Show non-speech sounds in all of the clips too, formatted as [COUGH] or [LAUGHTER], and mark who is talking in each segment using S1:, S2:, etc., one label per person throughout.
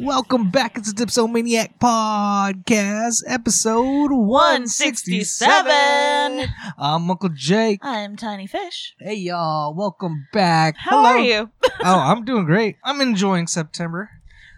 S1: Welcome back. It's the Dipsomaniac Podcast, episode 167. I'm Uncle Jake.
S2: I'm Tiny Fish.
S1: Hey, y'all. Welcome back.
S2: How
S1: Hello.
S2: are you?
S1: oh, I'm doing great. I'm enjoying September.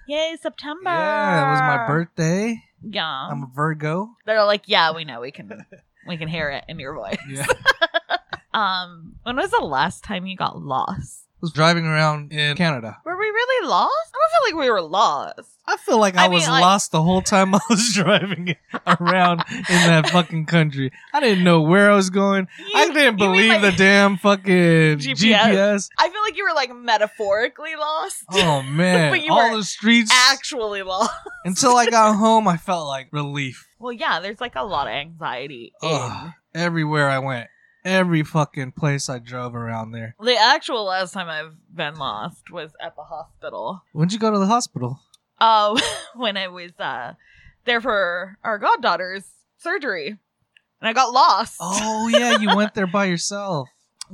S2: Yay, September.
S1: Yeah, it was my birthday.
S2: Yeah.
S1: I'm a Virgo.
S2: They're like, yeah, we know. We
S1: [LAUGHS]
S2: can we can hear it in your voice.
S1: Yeah. I
S2: [LAUGHS] Um, when was the last time you got lost?
S1: was driving around in Canada.
S2: Were we really lost? I don't feel like we were lost.
S1: I feel like I,
S2: I mean,
S1: was
S2: like-
S1: lost the whole time I was [LAUGHS] driving around in that fucking country. I didn't know where I was going. I
S2: You-
S1: didn't
S2: you mean,
S1: believe
S2: like-
S1: the damn fucking
S2: GPS.
S1: GPS.
S2: I feel like you were like metaphorically lost.
S1: Oh man,
S2: But you
S1: all
S2: were
S1: the streets.
S2: Actually
S1: [LAUGHS]
S2: lost.
S1: Until I got home, I felt like relief
S2: Well, yeah, there's like a lot of anxiety in
S1: [SIGHS] Ugh. everywhere I went. Every fucking place I drove around there.
S2: the actual last time I've been lost was at the hospital.
S1: When'd you go to the hospital?
S2: uh, [LAUGHS] when I was uh, there for our goddaughter's surgery, and I got lost.
S1: Oh yeah, you went there by yourself.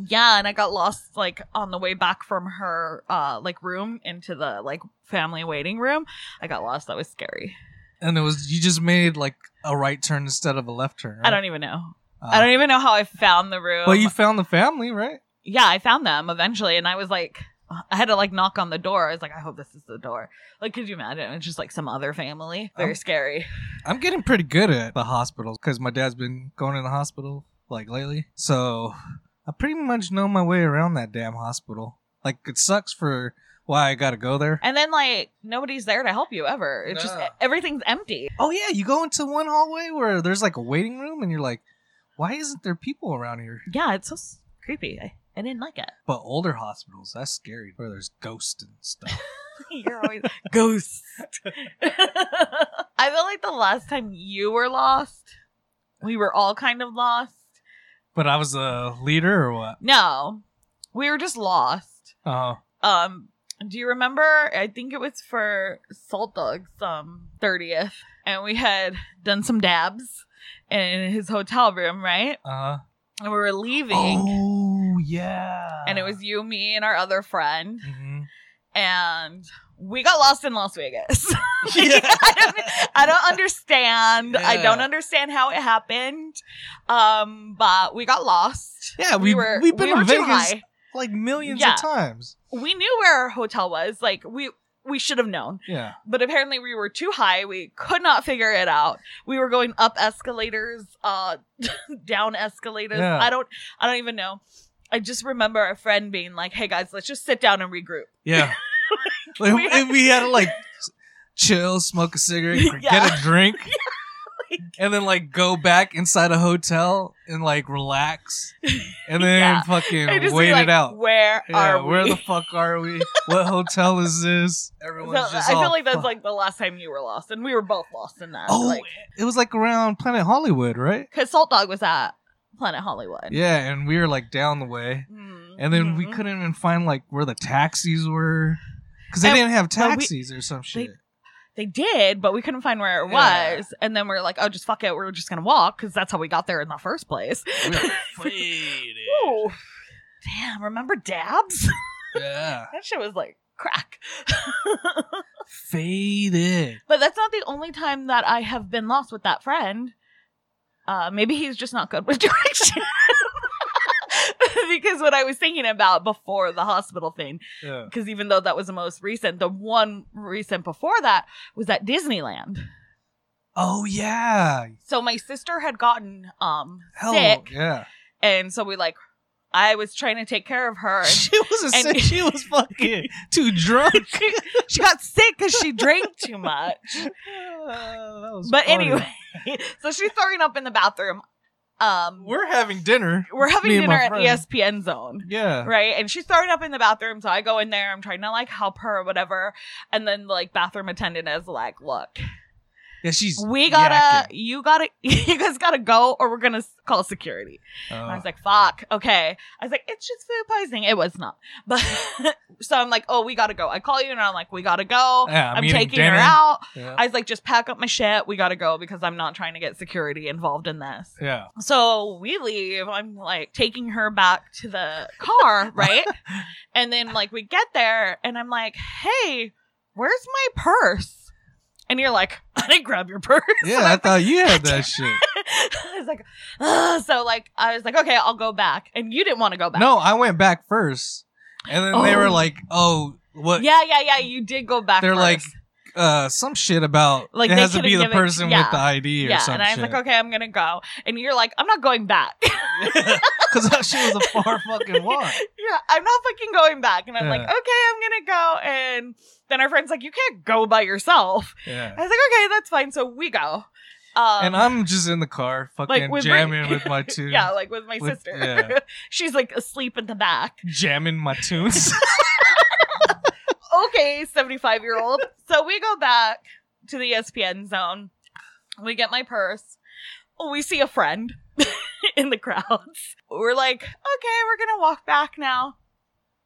S2: Yeah, and I got lost like on the way back from her uh, like room into the like family waiting room. I got lost. That was scary.
S1: And it was you just made like a right turn instead of a left turn. Right?
S2: I don't even know.
S1: Uh,
S2: I don't even know how I found the room.
S1: But you found the family, right?
S2: yeah, I found them eventually, and I was like, I had to like knock on the door. I was like, I hope this is the door. Like, could you imagine? It's just like some other family. Very
S1: Um,
S2: scary.
S1: I'm getting pretty good at the hospitals because my dad's been going in the hospital like lately. So I pretty much know my way around that damn hospital. Like it sucks for why I gotta go there.
S2: And then like nobody's there to help you ever. It's
S1: No.
S2: just everything's empty.
S1: Oh yeah, you go into one hallway where there's like a waiting room and you're like, why isn't there people around here?
S2: Yeah, it's so s- creepy. I, I didn't like it. [LAUGHS]
S1: But older hospitals, that's scary where there's ghosts and stuff. [LAUGHS]
S2: You're always ghost. [LAUGHS] I feel like the last time you were lost, we were all kind of lost.
S1: but I was a leader or what?
S2: No, we were just lost.
S1: Oh,
S2: Um, do you remember? I think it was for Salt Dog's um thirtieth, and we had done some dabs in his hotel room, right?
S1: uh,
S2: And we were leaving.
S1: oh yeah.
S2: And it was you, me, and our other friend.
S1: hmm
S2: [LAUGHS] and we got lost in Las Vegas. [LAUGHS]
S1: Yeah.
S2: I, [LAUGHS] don't, I
S1: [LAUGHS]
S2: don't understand. I don't
S1: Yeah.
S2: understand how it happened. Um, but we got lost.
S1: Yeah, we- we've been to
S2: were too
S1: Vegas.
S2: high.
S1: like millions
S2: Yeah.
S1: of times.
S2: We knew where our hotel was. Like we we should have known,
S1: Yeah.
S2: but apparently we were too high. We could not figure it out. We were going up escalators, uh, [LAUGHS] down escalators.
S1: Yeah.
S2: I don't I don't even know. I just remember a friend being like, "Hey guys, let's just sit down and regroup." [LAUGHS]
S1: Yeah. like,
S2: we
S1: we,
S2: had-
S1: and we had to like s- chill, smoke
S2: [LAUGHS]
S1: a cigarette,
S2: Yeah.
S1: get a drink,
S2: like-
S1: and then like go back inside a hotel and like relax, and then
S2: Yeah. I
S1: fucking
S2: just
S1: wait
S2: be like,
S1: it out.
S2: Where
S1: Yeah,
S2: are we? [LAUGHS]
S1: where the fuck are we? what hotel is this?
S2: So,
S1: Everyone's just
S2: I
S1: all
S2: feel like that's
S1: fuck-
S2: like the last time you were lost, and we were both lost in that.
S1: Oh,
S2: like,
S1: it was like around Planet Hollywood, right?
S2: because Salt Dog was at Planet Hollywood.
S1: Yeah, and we were like down the way,
S2: Mm,
S1: and then we
S2: mhm.
S1: couldn't even find like where the taxis were because they
S2: And-
S1: didn't have
S2: well, we-
S1: taxis or some shit.
S2: They did, but we couldn't find where it
S1: Yeah.
S2: was, and then we are like, "Oh, just fuck it, we're just gonna walk," because that's how we got there in the first place.
S1: We were [LAUGHS]
S2: Ooh, [LAUGHS] damn! Remember dabs? [LAUGHS]
S1: yeah.
S2: that shit was like crack.
S1: Faded.
S2: but that's not the only time that I have been lost with that friend. Uh, maybe he's just not good with [LAUGHS] direction. because what I was thinking about before the hospital thing,
S1: Yeah.
S2: because even though that was the most recent, the one recent before that was at Disneyland.
S1: Oh yeah.
S2: So my sister had gotten um
S1: Hell
S2: sick,
S1: yeah.
S2: and so we like, I was trying to take care of her. And [LAUGHS]
S1: [LAUGHS] She wasn't
S2: and-
S1: sick. She was [LAUGHS] fucking too drunk.
S2: she, she got sick because she drank too much.
S1: That was
S2: But
S1: funny.
S2: anyway, [LAUGHS] so she's throwing up in the bathroom. Um,
S1: we're having dinner.
S2: we're having
S1: Me and
S2: dinner
S1: my
S2: at E
S1: friend.
S2: ESPN Zone.
S1: Yeah.
S2: Right, and she's throwing up in the bathroom, so I go in there. I'm trying to like help her or whatever, and then like bathroom attendant is like, "Look,
S1: Yeah, she's.
S2: We gotta, you gotta, [LAUGHS] you guys gotta go, or we're gonna s- call security.
S1: yakking.
S2: And I was
S1: Uh,
S2: like, fuck, okay. I was like, it's just food poisoning. It was not. [LAUGHS] But so I'm like, oh, we gotta go. I call you and I'm like, we gotta go.
S1: Yeah, I'm
S2: "Oh, I'm
S1: eating
S2: taking
S1: dinner.
S2: her out.
S1: yeah.
S2: I was like, just pack up my shit. We gotta go because I'm not trying to get security involved in this. [LAUGHS]
S1: yeah.
S2: So we leave. I'm like taking her back to the car,
S1: [LAUGHS]
S2: right? and then like we get there and I'm like, hey, where's my purse? And you're like, [LAUGHS] I didn't grab your purse. [LAUGHS]
S1: Yeah, I thought you had that shit.
S2: I was like, Ugh. so like I was like, okay, I'll go back. And you didn't want to go back.
S1: No, I went back first, and then they were
S2: Oh.
S1: like, "Oh, what?
S2: Yeah, yeah, yeah. You did go back.
S1: They're
S2: first.
S1: like, uh, some shit about
S2: Like,
S1: it
S2: they
S1: has to be
S2: couldn't
S1: the
S2: give it-
S1: person
S2: yeah.
S1: with the ID or
S2: yeah.
S1: some
S2: And I was
S1: shit."
S2: like, okay, I'm gonna go. And you're like, I'm not going back.
S1: [LAUGHS] Because that shit was a far fucking walk.
S2: yeah, I'm not fucking going back. And I'm like,
S1: Yeah.
S2: okay, I'm gonna go. And then our friend's like, you can't go by yourself.
S1: Yeah.
S2: I was like, okay, that's fine. So we go. Um,
S1: and I'm just in the car, fucking
S2: with Brit-
S1: jamming with my tunes. [LAUGHS]
S2: yeah, like with my
S1: With-
S2: sister.
S1: yeah.
S2: [LAUGHS] She's like asleep in the back.
S1: jamming my [LAUGHS] tunes.
S2: okay, 75 year
S1: [LAUGHS]
S2: old. so we go back to the E ESPN zone. We get my purse. We see a friend [LAUGHS] in the crowds. We're like, okay, we're going to walk back now.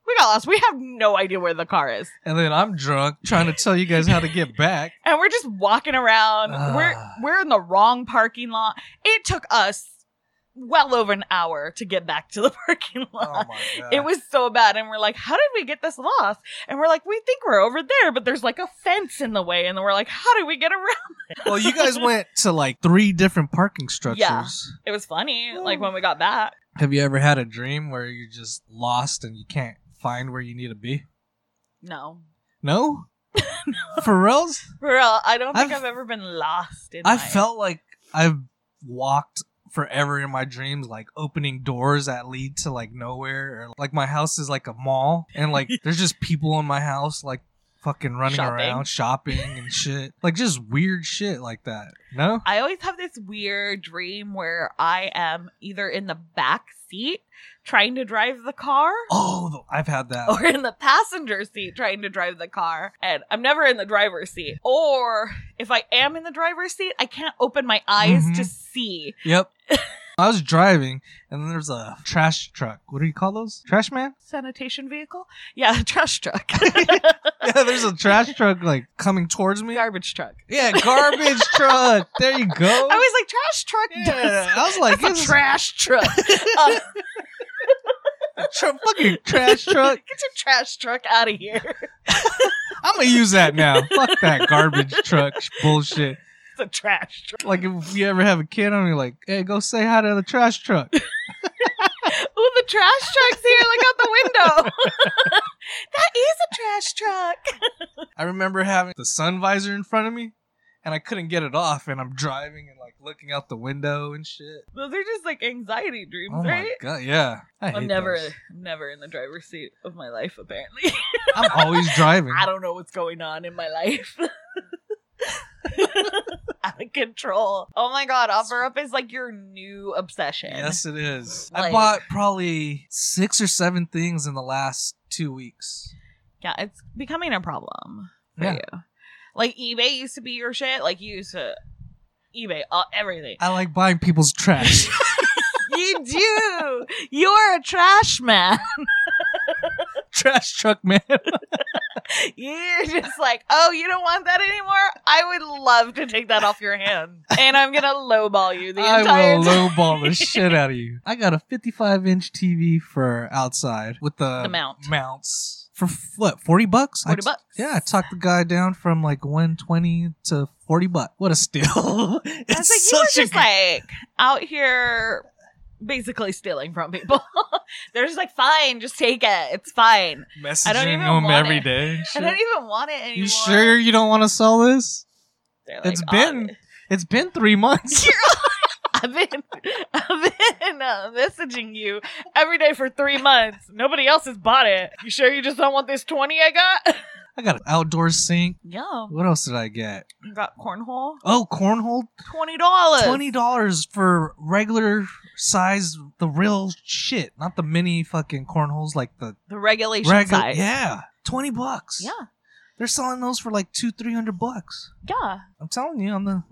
S2: We got lost. We have no idea where the car is.
S1: and then I'm drunk, trying to tell you guys how to get back.
S2: And we're just walking around. we're
S1: Ah.
S2: we're in the wrong parking lot. It took us well over an hour to get back to the [LAUGHS] parking lot.
S1: [LAUGHS] Oh my god.
S2: It was so bad. And we're like, how did we get this lost? And we're like, we think we're over there, but there's like a fence in the way. And then we're like, how did we get around? [LAUGHS]
S1: well, you guys went to like three different parking structures.
S2: Yeah. It was funny.
S1: Oh.
S2: Like when we got back.
S1: Have you ever had a dream where you're just lost and you can't find where you need to be?
S2: No.
S1: [LAUGHS] No? For reals?
S2: For real, I don't think
S1: I've-
S2: I've, ever been lost in my-
S1: I felt like I've walked forever in my dreams, like opening doors that lead to like nowhere. Or like my house is like a mall
S2: [LAUGHS]
S1: and like there's just people in my house like fucking running
S2: Shopping.
S1: around, shopping and shit. Like just weird shit like that. No?
S2: I always have this weird dream where I am either in the back seat trying to drive the car.
S1: Oh, th- I've had
S2: [LAUGHS]
S1: that.
S2: or in the passenger seat trying to drive the car. And I'm never in the driver's seat. Or if I am in the driver's seat, I can't open my eyes
S1: Mhm.
S2: to see. [LAUGHS]
S1: Yep. I was driving and then there's a trash truck. What do you call those? Trash man? [LAUGHS]
S2: Sanitation vehicle? [LAUGHS] Yeah, trash truck.
S1: Yeah, there's a trash truck like coming towards me.
S2: Garbage truck. [LAUGHS]
S1: Yeah, garbage truck. There you go.
S2: I was like, trash truck?
S1: Oh. yeah,
S2: does-
S1: I was
S2: [LAUGHS]
S1: like,
S2: That's
S1: this
S2: a
S1: is
S2: trash
S1: [LAUGHS]
S2: truck. Uh,
S1: a tr- fucking trash truck.
S2: [LAUGHS] Get your trash truck out of here.
S1: I'm gonna use that now. Fuck that garbage truck sh- bullshit.
S2: [LAUGHS] It's a trash truck. [LAUGHS]
S1: Like if you ever have a kid, I'm like, hey, go say hi to the trash truck.
S2: Ooh, the trash truck's here. Look out the
S1: [LAUGHS]
S2: window. [LAUGHS] that is a trash truck. [LAUGHS]
S1: I remember having the sun visor in front of me, and I couldn't get it off, and I'm driving and like looking out the window and shit.
S2: Those are just like anxiety dreams,
S1: Oh
S2: right?
S1: my god, yeah. I
S2: I'm
S1: hate
S2: never,
S1: those.
S2: I'm never in the driver's seat of my life. Apparently, [LAUGHS]
S1: I'm always driving.
S2: I don't know what's going on in my life. [LAUGHS] Out of control. Oh my god, offer up is like your new obsession.
S1: Yes, it is. I
S2: Like-
S1: bought probably six or seven things in the last two weeks.
S2: Yeah, it's becoming a problem for
S1: Yeah.
S2: you. Like eBay used to be your shit. Like you used to eBay all,
S1: [LAUGHS]
S2: everything.
S1: I like buying
S2: [LAUGHS]
S1: people's trash.
S2: you do. You're a trash man. [LAUGHS]
S1: trash truck man.
S2: You're just like, oh, you don't want that anymore. I would love to take that off your hands, and I'm gonna lowball you the entire [LAUGHS]
S1: I will
S2: time.
S1: lowball the shit out of you. I got a 55 inch TV for outside with the,
S2: The mount.
S1: mounts for f- what 40 bucks. I
S2: 40
S1: t-
S2: bucks.
S1: Yeah, I talked the guy down from like 120 to 40 bucks. What a steal! [LAUGHS]
S2: I was like,
S1: it's
S2: you
S1: such
S2: were
S1: a
S2: just
S1: good-
S2: like out here basically stealing from people. [LAUGHS] They're just like, fine, just take it. It's fine.
S1: messaging
S2: I don't even
S1: him
S2: want
S1: every
S2: it.
S1: day. and
S2: I
S1: shit.
S2: don't even want it anymore.
S1: you sure you don't want to sell this?
S2: They're
S1: It's
S2: like,
S1: been- It's been
S2: [LAUGHS]
S1: three months.
S2: "Oh, I've been, [LAUGHS] I've been uh, messaging you every day for three months. Nobody else has bought it. You sure you just don't want this 20 I got? [LAUGHS]
S1: I got an outdoor sink.
S2: Yeah.
S1: What else did I get?
S2: You got cornhole?
S1: Oh, cornhole.
S2: $20.
S1: Twenty dollars for regular size, the real shit, not the mini fucking cornholes like the
S2: The regulation
S1: regular.
S2: size.
S1: Yeah, twenty bucks.
S2: Yeah.
S1: They're selling those for like two, three hundred bucks.
S2: Yeah.
S1: I'm telling you, I'm the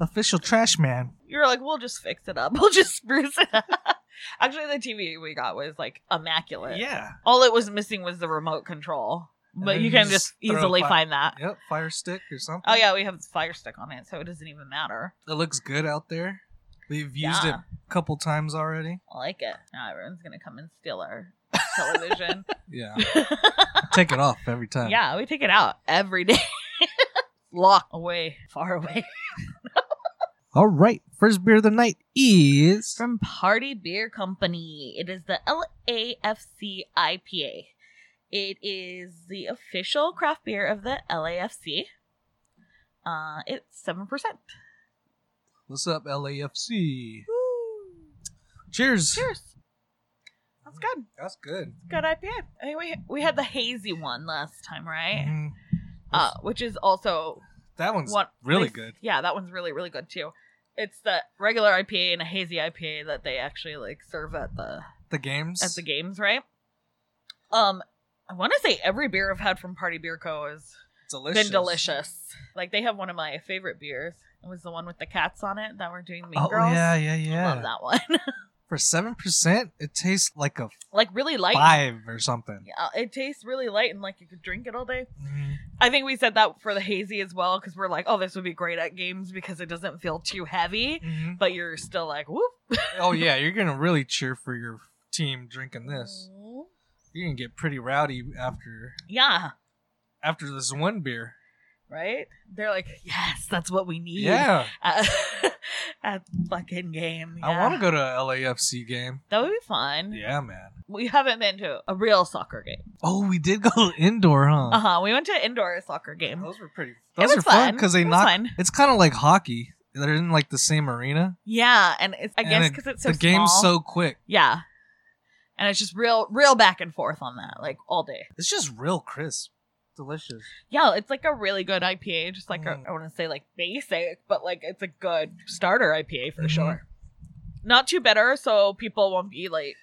S1: official trash man.
S2: You're like, we'll just fix it up. [LAUGHS] We'll just spruce it up. [LAUGHS] Actually, the TV we got was like immaculate.
S1: Yeah.
S2: All it was missing was the remote control,
S1: And
S2: but
S1: then
S2: you
S1: you
S2: can
S1: just
S2: just,
S1: throw a
S2: easily
S1: fi-
S2: find that.
S1: Yep. Fire stick or something.
S2: Oh yeah, we have the fire stick on it, so it doesn't even matter.
S1: It looks good out there. We've used it
S2: Yeah.
S1: a couple times already.
S2: I like it. Now everyone's gonna come and steal our
S1: [LAUGHS]
S2: television. [LAUGHS]
S1: Yeah. Take it off every time.
S2: yeah, we take it out every day. [LAUGHS] Locked away, far away
S1: All right. First beer of the night is
S2: from Party Beer Company. It is the LAFC IPA. It is the official craft beer of the LAFC. Uh, it's seven percent.
S1: What's up, LAFC? Cheers.
S2: Cheers. That's good.
S1: That's good.
S2: Good IPA. I think we we had the hazy one last time, right?
S1: Mhm.
S2: Uh, which is also
S1: That one's
S2: What
S1: really
S2: they-
S1: good.
S2: Yeah, that one's really really good too. It's the regular IPA and a hazy IPA that they actually like serve at the
S1: The games.
S2: at the games, right? Um, I want to say every beer I've had from Party Beer Co. has
S1: delicious.
S2: been delicious. Like they have one of my favorite beers. It was the one with the cats on it that were doing Mean
S1: Oh
S2: Girls.
S1: yeah, yeah, yeah.
S2: Love that one. [LAUGHS]
S1: For seven percent, it tastes like a
S2: like really light.
S1: five or something.
S2: Yeah, it tastes really light and like you could drink it all day.
S1: Mhm.
S2: I think we said that for the hazy as well because we're like, oh, this would be great at games because it doesn't feel too heavy,
S1: Mhm.
S2: but you're still like, whoop.
S1: oh yeah, you're gonna really cheer for your team drinking this. You're gonna get pretty rowdy after
S2: Yeah,
S1: after this one beer.
S2: right? They're like, yes, that's what we need.
S1: Yeah,
S2: At, [LAUGHS] at fucking game.
S1: I
S2: yeah. Mm-hmm.
S1: want to go to a LAFC game.
S2: That would be fun.
S1: Yeah, man.
S2: We haven't been to a real soccer game.
S1: Oh, we did go [LAUGHS] indoor, huh?
S2: Uh huh. We went to an indoor soccer game.
S1: Those were pretty.
S2: It
S1: Those
S2: was
S1: are fun
S2: fun.
S1: because they
S2: It was
S1: knock.
S2: fun.
S1: It's kind of like hockey. They're in like the same arena.
S2: Yeah, and it's, I
S1: And
S2: guess
S1: it-
S2: because it's so
S1: the game's
S2: small.
S1: so quick.
S2: yeah, and it's just real, real back and forth on that, like all day.
S1: It's just real crisp, delicious.
S2: Yeah, it's like a really good IPA. Just like
S1: Mm.
S2: a, I want to say like basic, but like it's a good starter IPA for
S1: Mhm.
S2: sure. Not too bitter, so people won't be like,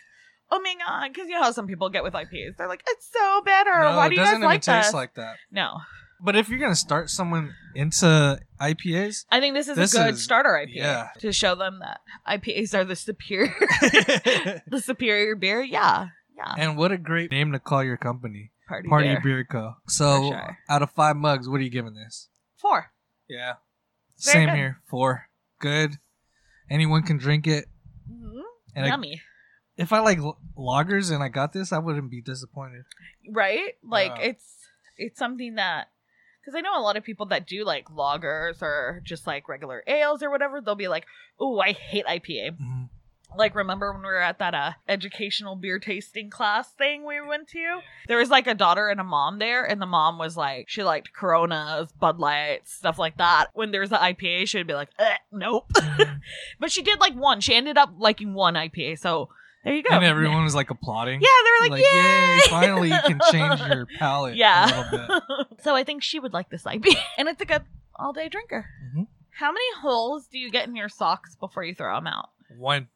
S2: "Oh my god," because you know how some people get with IPAs. They're like, "It's so bitter.
S1: no,
S2: Why
S1: it
S2: do you
S1: doesn't
S2: guys
S1: even
S2: like
S1: taste
S2: this?"
S1: like that.
S2: no,
S1: But if you're gonna start someone into
S2: [LAUGHS]
S1: IPAs,
S2: I think this is
S1: This
S2: a good
S1: is-
S2: starter IPA
S1: yeah.
S2: to show them that IPAs are the
S1: [LAUGHS]
S2: superior, [LAUGHS] the superior beer. Yeah, yeah.
S1: and what a great name to call your company,
S2: Party,
S1: Party
S2: beer.
S1: Beer Co. So,
S2: For sure.
S1: out of five mugs, what are you giving this?
S2: Four.
S1: Yeah,
S2: Very
S1: same
S2: good.
S1: here. Four, good. Anyone can drink it.
S2: Mhm.
S1: And I-
S2: Yummy,
S1: if I like l- lagers and I got this, I wouldn't be disappointed.
S2: right? Like
S1: Yeah.
S2: it's it's something that because I know a lot of people that do like lagers or just like regular ales or whatever. They'll be like, "Oh, I hate IPA."
S1: [LAUGHS] Mhm.
S2: Like remember when we were at that uh, educational beer tasting class thing we went to? There was like a daughter and a mom there, and the mom was like, she liked Coronas, Bud Lights, stuff like that. When there's the IPA, she'd be like, "Eh, "Nope." [LAUGHS]
S1: Mhm.
S2: But she did like one. She ended up liking one IPA. So there you go.
S1: and everyone was like applauding.
S2: Yeah, they were like,
S1: yay!
S2: "Yay!"
S1: Finally, you can
S2: [LAUGHS]
S1: change your palate.
S2: Yeah.
S1: a little
S2: [LAUGHS]
S1: bit.
S2: so I think she would like this IPA. [LAUGHS] And it's a good all day drinker.
S1: Mhm.
S2: How many holes do you get in your socks before you throw them out?
S1: One.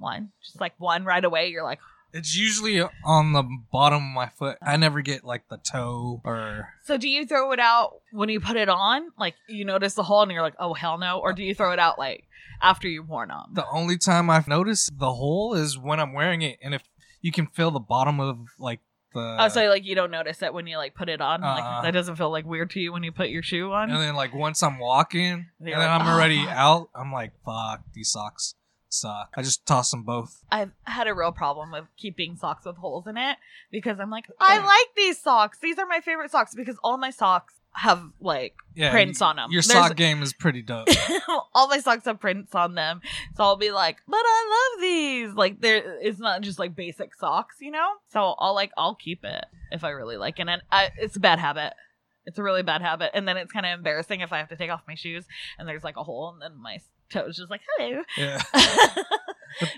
S2: One. Just like one right away. You're like,
S1: It's usually on the bottom of my foot. I never get like the toe or
S2: so do you throw it out when you put it on? Like you notice the hole and you're like, oh, hell no. Or do you throw it out like after you've worn them?
S1: The only time I've noticed the hole is when I'm wearing it, and if you can feel the bottom of like the
S2: oh, so like you don't notice it when you like put it on?
S1: Uh-uh.
S2: like that doesn't feel like weird to you when you put your shoe on?
S1: and then like once I'm walking, and
S2: You're
S1: then
S2: like,
S1: I'm already
S2: "Ah."
S1: out. I'm like, fuck, these socks suck. I just toss them both.
S2: I've had a real problem with keeping socks with holes in it because I'm like, I like these socks. These are my favorite socks because all my socks have like
S1: Yeah,
S2: prints
S1: y-
S2: on them.
S1: Your
S2: [LAUGHS]
S1: sock game is pretty dope.
S2: all my socks have prints on them. So I'll be like, but I love these. Like there it's not just like basic socks, you know? So I'll like I'll keep it if I really like it. And I, it's a bad habit. It's a really bad habit. And then it's kind of embarrassing if I have to take off my shoes and there's like a hole and then my toes just like, hello. [LAUGHS]
S1: yeah, [LAUGHS]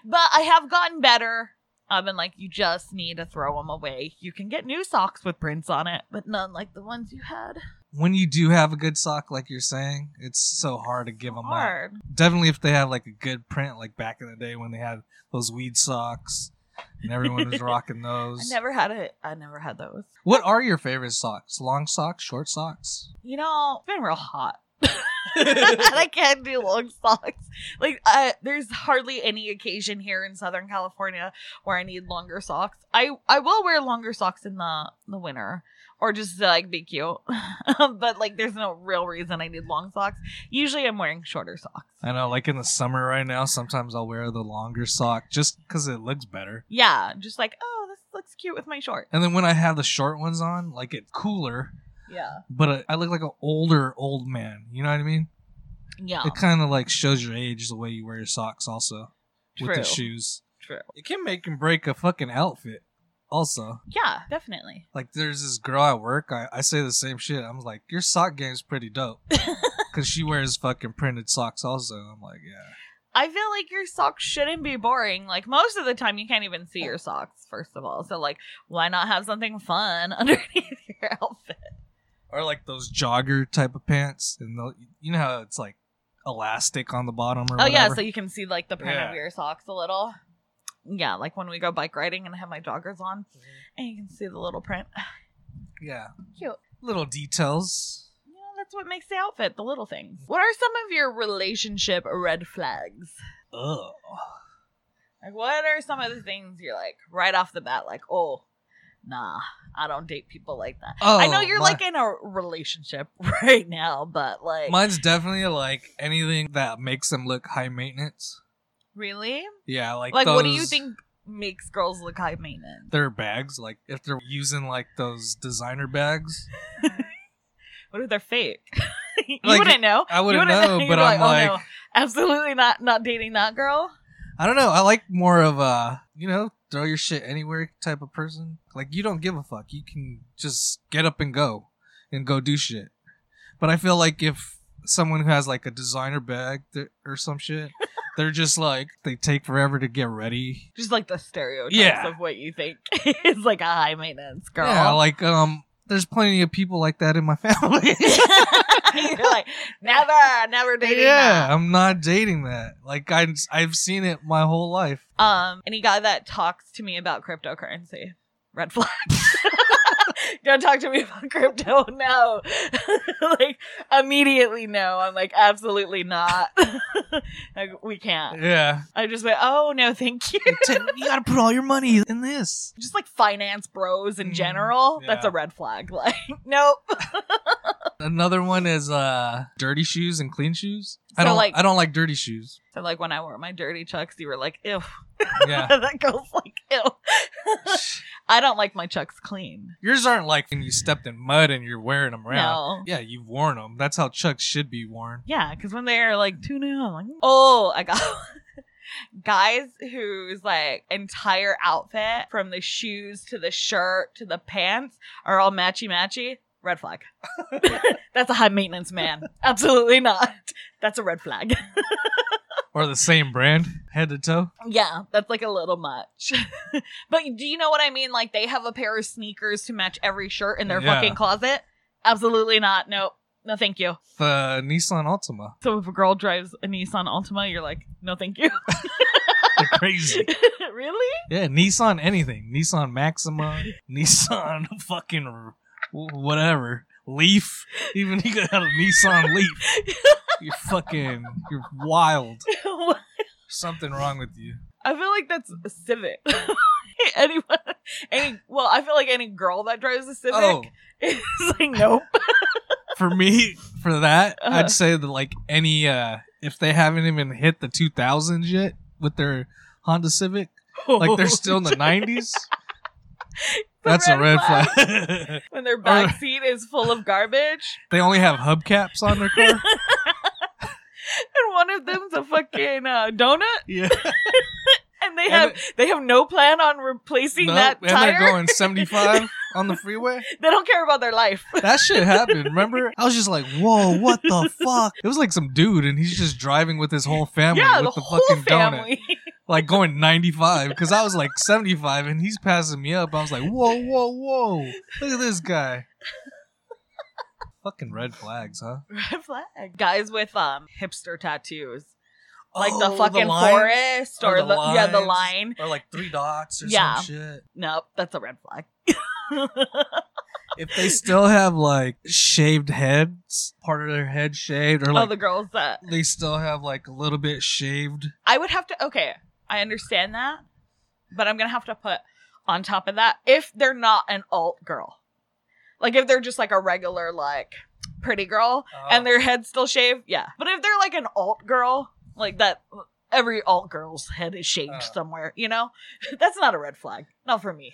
S2: but I have gotten better. I've been like, you just need to throw them away. You can get new socks with prints on it, but none like the ones you had.
S1: when you do have a good sock, like you're saying, it's so hard to give them up.
S2: Hard.
S1: Definitely, if they have like a good print, like back in the day when they had those weed socks and
S2: [LAUGHS]
S1: everyone was rocking
S2: I
S1: those.
S2: never had it. I never had those.
S1: What are your favorite socks? Long socks,
S2: [LAUGHS]
S1: short socks?
S2: You know, it's been real
S1: [LAUGHS]
S2: hot. I can't do long socks. Like, uh, there's hardly any occasion here in Southern California where I need longer socks. I I will wear longer socks in the the winter, or just to, like be cute. [LAUGHS] but like, there's no real reason I need long socks. Usually, I'm wearing shorter socks.
S1: I know, like in the summer right now, sometimes I'll wear the longer sock just because it looks better.
S2: Yeah, just like oh, this looks cute with my short.
S1: And then when I have the short ones on, like it's cooler,
S2: Yeah,
S1: but I, I look like an older old man. You know what I mean?
S2: yeah,
S1: It kind of like shows your age the way you wear your socks, also with
S2: True.
S1: the shoes.
S2: true.
S1: It can make and break a fucking outfit, also.
S2: Yeah, definitely.
S1: Like there's this girl at work. I, I say the same shit. I'm like, your sock game's
S2: [LAUGHS]
S1: pretty dope, because she wears fucking printed socks also. I'm like, yeah,
S2: I feel like your socks shouldn't be boring. Like most of the time, you can't even see your socks. First of all, so like, why not have something fun [LAUGHS] underneath your outfit?
S1: or like those jogger type of pants, and they'll- you know how it's like elastic on the bottom or
S2: Oh yeah,
S1: whatever?
S2: so you can see like the print
S1: Yeah.
S2: of your socks a little. Yeah, like when we go bike riding and I have my joggers on,
S1: Mm-hmm.
S2: and you can see the little print.
S1: yeah,
S2: Cute.
S1: little details.
S2: You know, that's what makes the outfit, the little things. What are some of your relationship red flags?
S1: Oh,
S2: Like, what are some of the things you're like right off the bat? Like, oh, nah, I don't date people like that. I know you're
S1: Oh, my-
S2: like in a relationship [LAUGHS] right now, but like,
S1: Mine's definitely like anything that makes them look high maintenance.
S2: really?
S1: Yeah, like
S2: Like, what do you
S1: those-
S2: think makes girls look high maintenance?
S1: Their bags, like if they're using like those designer bags,
S2: What if they're fake? [LAUGHS] you
S1: Like,
S2: wouldn't know.
S1: I
S2: You [LAUGHS]
S1: wouldn't know,
S2: You'd
S1: but
S2: be
S1: I'm
S2: "Oh,
S1: like,
S2: no, absolutely not, not dating that girl.
S1: I don't know. I like more of a, you know, throw your shit anywhere type of person. Like you don't give a fuck. You can just get up and go and go do shit. But I feel like if someone who has like a designer bag th- or
S2: [LAUGHS]
S1: some shit, they're just like they take forever to get ready.
S2: Just like the stereotypes
S1: Yeah.
S2: of what you think [LAUGHS] is like a high maintenance girl.
S1: Yeah, like um there's plenty of people like that in my [LAUGHS] family.
S2: [LAUGHS] You're like, never, never [LAUGHS] dating
S1: yeah,
S2: that.
S1: I'm not dating that. Like I I've seen it my
S2: [LAUGHS]
S1: whole life.
S2: Um, any guy that talks to me about cryptocurrency, red
S1: [LAUGHS]
S2: flag. [LAUGHS] Don't talk to me about crypto. No, [LAUGHS] like immediately no. I'm like absolutely not. [LAUGHS] like we can't.
S1: Yeah.
S2: I just went, oh no, thank you. [LAUGHS]
S1: You t- you gotta put all your money in this.
S2: Just like finance bros in
S1: Mm,
S2: general, that's
S1: yeah.
S2: a red flag. [LAUGHS] Like, nope.
S1: Another one is uh dirty shoes and clean shoes. I
S2: So,
S1: don't
S2: like-
S1: I don't like dirty shoes.
S2: So like when I wore my dirty chucks, you were like, ew.
S1: Yeah.
S2: [LAUGHS] that girl's like, ew. [LAUGHS] I don't like my chucks clean.
S1: Yours aren't like when you stepped in mud and you're wearing them
S2: No.
S1: around. Yeah, you've worn them. That's how chucks should be worn.
S2: Yeah, because when they're like too new, I'm like, oh, I got [LAUGHS] guys whose like entire outfit from the shoes to the shirt to the pants are all matchy matchy. Red flag. [LAUGHS] That's a high maintenance man. Absolutely not. That's a red flag.
S1: Or the same brand, head to toe.
S2: Yeah, that's like a little much. [LAUGHS] but do you know what I mean? Like they have a pair of sneakers to match every shirt in their
S1: Yeah.
S2: fucking closet? Absolutely not. Nope. No, thank you.
S1: The Nissan Altima.
S2: So if a girl drives a Nissan Altima, you're like, no, thank you.
S1: They're
S2: [LAUGHS]
S1: crazy.
S2: really?
S1: Yeah, Nissan anything. Nissan Maxima, Nissan [LAUGHS] fucking r- whatever. Leaf. Even you got a Nissan
S2: [LAUGHS]
S1: Leaf. You're fucking, you're wild. Something wrong with you.
S2: I feel like that's a Civic. [LAUGHS] Anyone, any, well, I feel like any girl that drives a Civic
S1: Oh,
S2: [LAUGHS] is like, nope.
S1: for me, for that,
S2: Uh-huh.
S1: I'd say that like any, uh if they haven't even hit the 2000s yet with their Honda Civic, like they're
S2: [LAUGHS]
S1: still in the 90s, that's a red flag.
S2: When their back seat is full of garbage
S1: [LAUGHS] they only have hubcaps on
S2: [LAUGHS]
S1: their car.
S2: and one of them's a fucking uh, donut
S1: [LAUGHS] Yeah.
S2: and they
S1: And
S2: have they have no plan on replacing
S1: Nope,
S2: that
S1: and they're
S2: tire.
S1: going 75 on the freeway.
S2: they don't care about their life.
S1: That shit happened. Remember? I was just like, "Whoa, what the fuck?" It was like some dude, and he's just driving with his whole family
S2: yeah,
S1: with
S2: the,
S1: the,
S2: whole
S1: fucking donut,
S2: family. [LAUGHS]
S1: like going 95. Because I was like 75, and he's passing me up. I was like, "Whoa, whoa, whoa! Look at this guy." fucking red flags, huh?
S2: Red flag. Guys with um hipster tattoos. like
S1: Oh,
S2: the fucking
S1: line?
S2: forest or,
S1: Or
S2: the,
S1: the
S2: yeah the line.
S1: lines. Or like three dots or
S2: Yeah.
S1: some shit.
S2: Nope, that's a red
S1: [LAUGHS]
S2: flag.
S1: If they still have like shaved heads, part of their head shaved, or
S2: All
S1: like
S2: Oh, the girls that
S1: they still have like a little bit shaved.
S2: I would have to. Okay, I understand that, but I'm gonna have to put on top of that if they're not an alt girl, like if they're just like a regular like pretty girl
S1: Oh.
S2: and their head still shaved, yeah. But if they're like an alt girl, like that, every alt girl's head is shaved
S1: Uh.
S2: somewhere, you know, [LAUGHS] that's not a red flag. Not for me.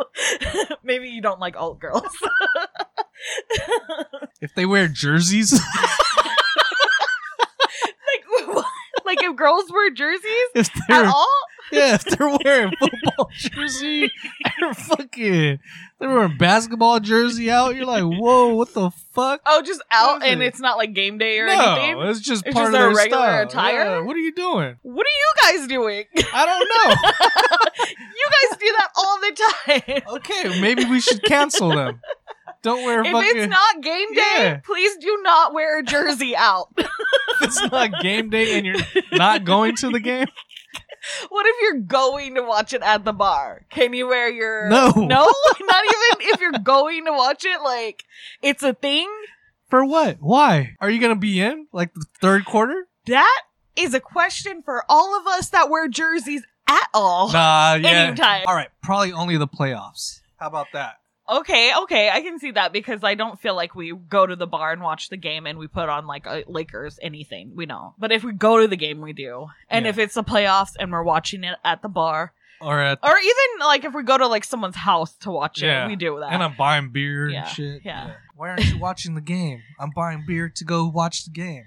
S2: [LAUGHS] Maybe you don't like alt girls. [LAUGHS]
S1: uh, if they wear jerseys, [LAUGHS]
S2: like, [LAUGHS] what? like if girls wear jerseys
S1: if
S2: at
S1: they're
S2: all,
S1: yeah, if they're wearing football
S2: [LAUGHS]
S1: jersey, [LAUGHS] they're fucking they're wearing basketball jersey out. You're like, whoa, what the fuck?
S2: Oh, just out and
S1: Nothing.
S2: it's not like game day or
S1: No,
S2: anything.
S1: it's just
S2: It's
S1: part
S2: just
S1: of
S2: their
S1: their
S2: regular
S1: style.
S2: attire?
S1: Yeah, what are you doing?
S2: What are you guys doing? [LAUGHS] you
S1: I don't know.
S2: guys do that all the
S1: [LAUGHS]
S2: time. [LAUGHS]
S1: Okay, maybe we should cancel them. Don't wear
S2: If
S1: fucking.
S2: it's not game day,
S1: Yeah.
S2: please do not wear
S1: [LAUGHS]
S2: a jersey out.
S1: if [LAUGHS] it's not game day and you're not going to
S2: [LAUGHS]
S1: the game.
S2: what if you're going to watch it at the bar? Can you wear your
S1: No.
S2: [LAUGHS] No? Not even if you're going to watch it, like it's a thing.
S1: For what? Why? Are you gonna be in like the
S2: [LAUGHS]
S1: third quarter?
S2: That is a question for all of us that wear jerseys at all.
S1: Nah, yeah.
S2: Anytime.
S1: All right, probably only the playoffs. How about that?
S2: Okay, okay, I can see that because I don't feel like we go to the bar and watch the game and we put on like a Lakers anything. We don't. But if we go to the game, we do. And
S1: Yeah.
S2: if it's the playoffs and we're watching it at the bar,
S1: Or at
S2: or even like if we go to like someone's house to watch it,
S1: Yeah.
S2: we do that.
S1: and I'm buying beer
S2: Yeah,
S1: and shit.
S2: yeah.
S1: Why aren't you watching the game? I'm buying beer to go watch the game.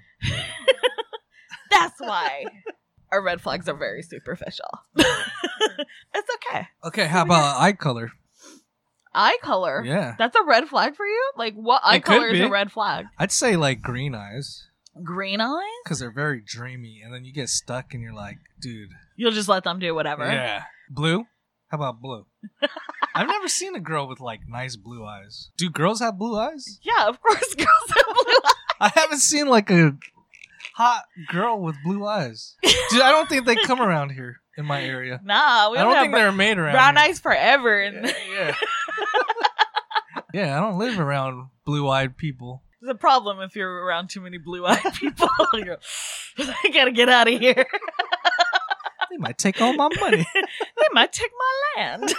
S2: That's why [LAUGHS] our red flags are very superficial. [LAUGHS] it's okay.
S1: Okay, how about eye color?
S2: Eye color.
S1: Yeah,
S2: That's a red flag for you? Like what eye
S1: It could
S2: color is a
S1: be.
S2: red flag?
S1: I'd say like green eyes
S2: Green eyes?
S1: because they're very dreamy, and then you get stuck and you're like, dude.
S2: You'll just let them do whatever.
S1: Yeah. Blue? How
S2: [LAUGHS]
S1: about blue? I've never seen a girl with like nice blue eyes. Do girls have blue eyes?
S2: Yeah, of course [LAUGHS] girls have blue eyes.
S1: I haven't seen like a hot girl with blue
S2: [LAUGHS]
S1: eyes. Dude, I don't think they come around here in my area.
S2: Nah, we
S1: I don't
S2: have
S1: think
S2: br-
S1: they're made around
S2: brown
S1: here.
S2: eyes forever and [LAUGHS]
S1: Yeah. yeah. [LAUGHS] yeah, I don't live around blue-eyed people.
S2: it's a problem if you're around too many blue eyed people. [LAUGHS] You're, I gotta get out of here. [LAUGHS]
S1: They might take all my money.
S2: They might take my land.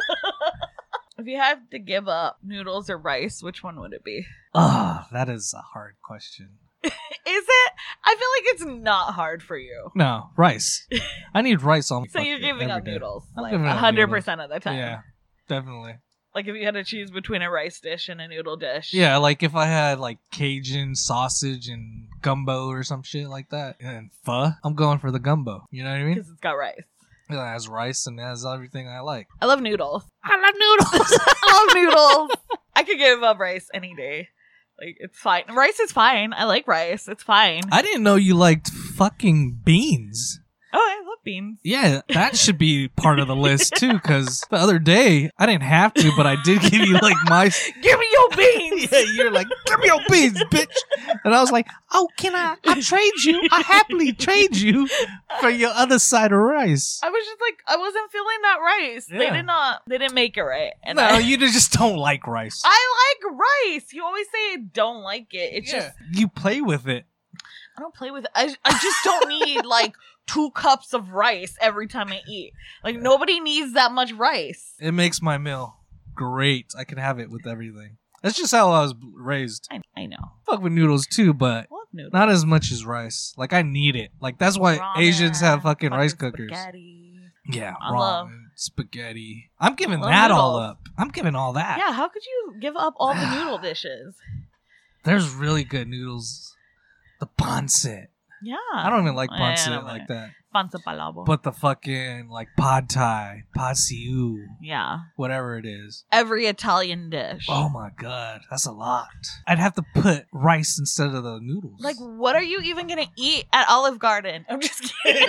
S2: [LAUGHS] if you had to give up noodles or rice, which one would it be?
S1: Ah, that is a hard question.
S2: Is it? I feel like it's not hard for you.
S1: No, rice. I need rice on.
S2: [LAUGHS] So you're
S1: fucking
S2: giving
S1: every
S2: up
S1: day.
S2: noodles,
S1: I'm
S2: like
S1: giving up
S2: hundred percent of the time.
S1: Yeah, definitely.
S2: Like if you had to choose between a rice dish and a noodle dish.
S1: Yeah, like if I had like Cajun sausage and gumbo or some shit like that, and pho, I'm going for the gumbo. You know what I mean?
S2: because it's got rice.
S1: It has rice and it has everything I like.
S2: I love noodles.
S1: I love noodles.
S2: [LAUGHS] I love noodles. I could give up rice any day. Like it's fine. Rice is fine. I like rice. It's fine.
S1: [LAUGHS] I didn't know you liked fucking beans.
S2: oh, I love beans.
S1: Yeah, that should be part of the list too. Because the other day I didn't have to, but I did give you like my.
S2: [LAUGHS] Give me your beans.
S1: [LAUGHS] Yeah, you're like, give me your beans, bitch. And I was like, oh, can I? I trade you. I happily trade you for your other side of rice.
S2: [LAUGHS] I was just like I wasn't feeling that rice. They
S1: Yeah.
S2: did not. They didn't make it right. And
S1: no,
S2: I,
S1: you just don't like rice.
S2: I like rice. You always say I don't like it. It's just
S1: you play with it.
S2: I don't play with. I I just don't
S1: [LAUGHS]
S2: need like two cups of rice every time I eat. Like nobody needs that much rice.
S1: It makes my meal great. I can have it with everything. That's just how I was b- raised.
S2: I, I know.
S1: Fuck with noodles too, but
S2: I love noodles.
S1: not as much as rice. Like I need it. Like that's why
S2: Ramen,
S1: Asians have fucking, rice cookers.
S2: spaghetti.
S1: Yeah,
S2: I
S1: ramen,
S2: love-
S1: spaghetti. I'm giving
S2: love
S1: that all
S2: noodles.
S1: up. I'm giving all that.
S2: Yeah, how could you give up all the noodle dishes?
S1: There's really good noodles. The ponset.
S2: Oh, Yeah,
S1: [SIGHS] I don't even like
S2: I don't
S1: ponset
S2: want
S1: like
S2: it.
S1: that.
S2: Panza palabo.
S1: But the fucking like pad thai, pad siu,
S2: yeah,
S1: whatever it is.
S2: every Italian dish.
S1: Oh my god, that's a lot. I'd have to put rice instead of the
S2: [LAUGHS]
S1: noodles.
S2: Like, what are you even gonna eat at Olive Garden? I'm just kidding.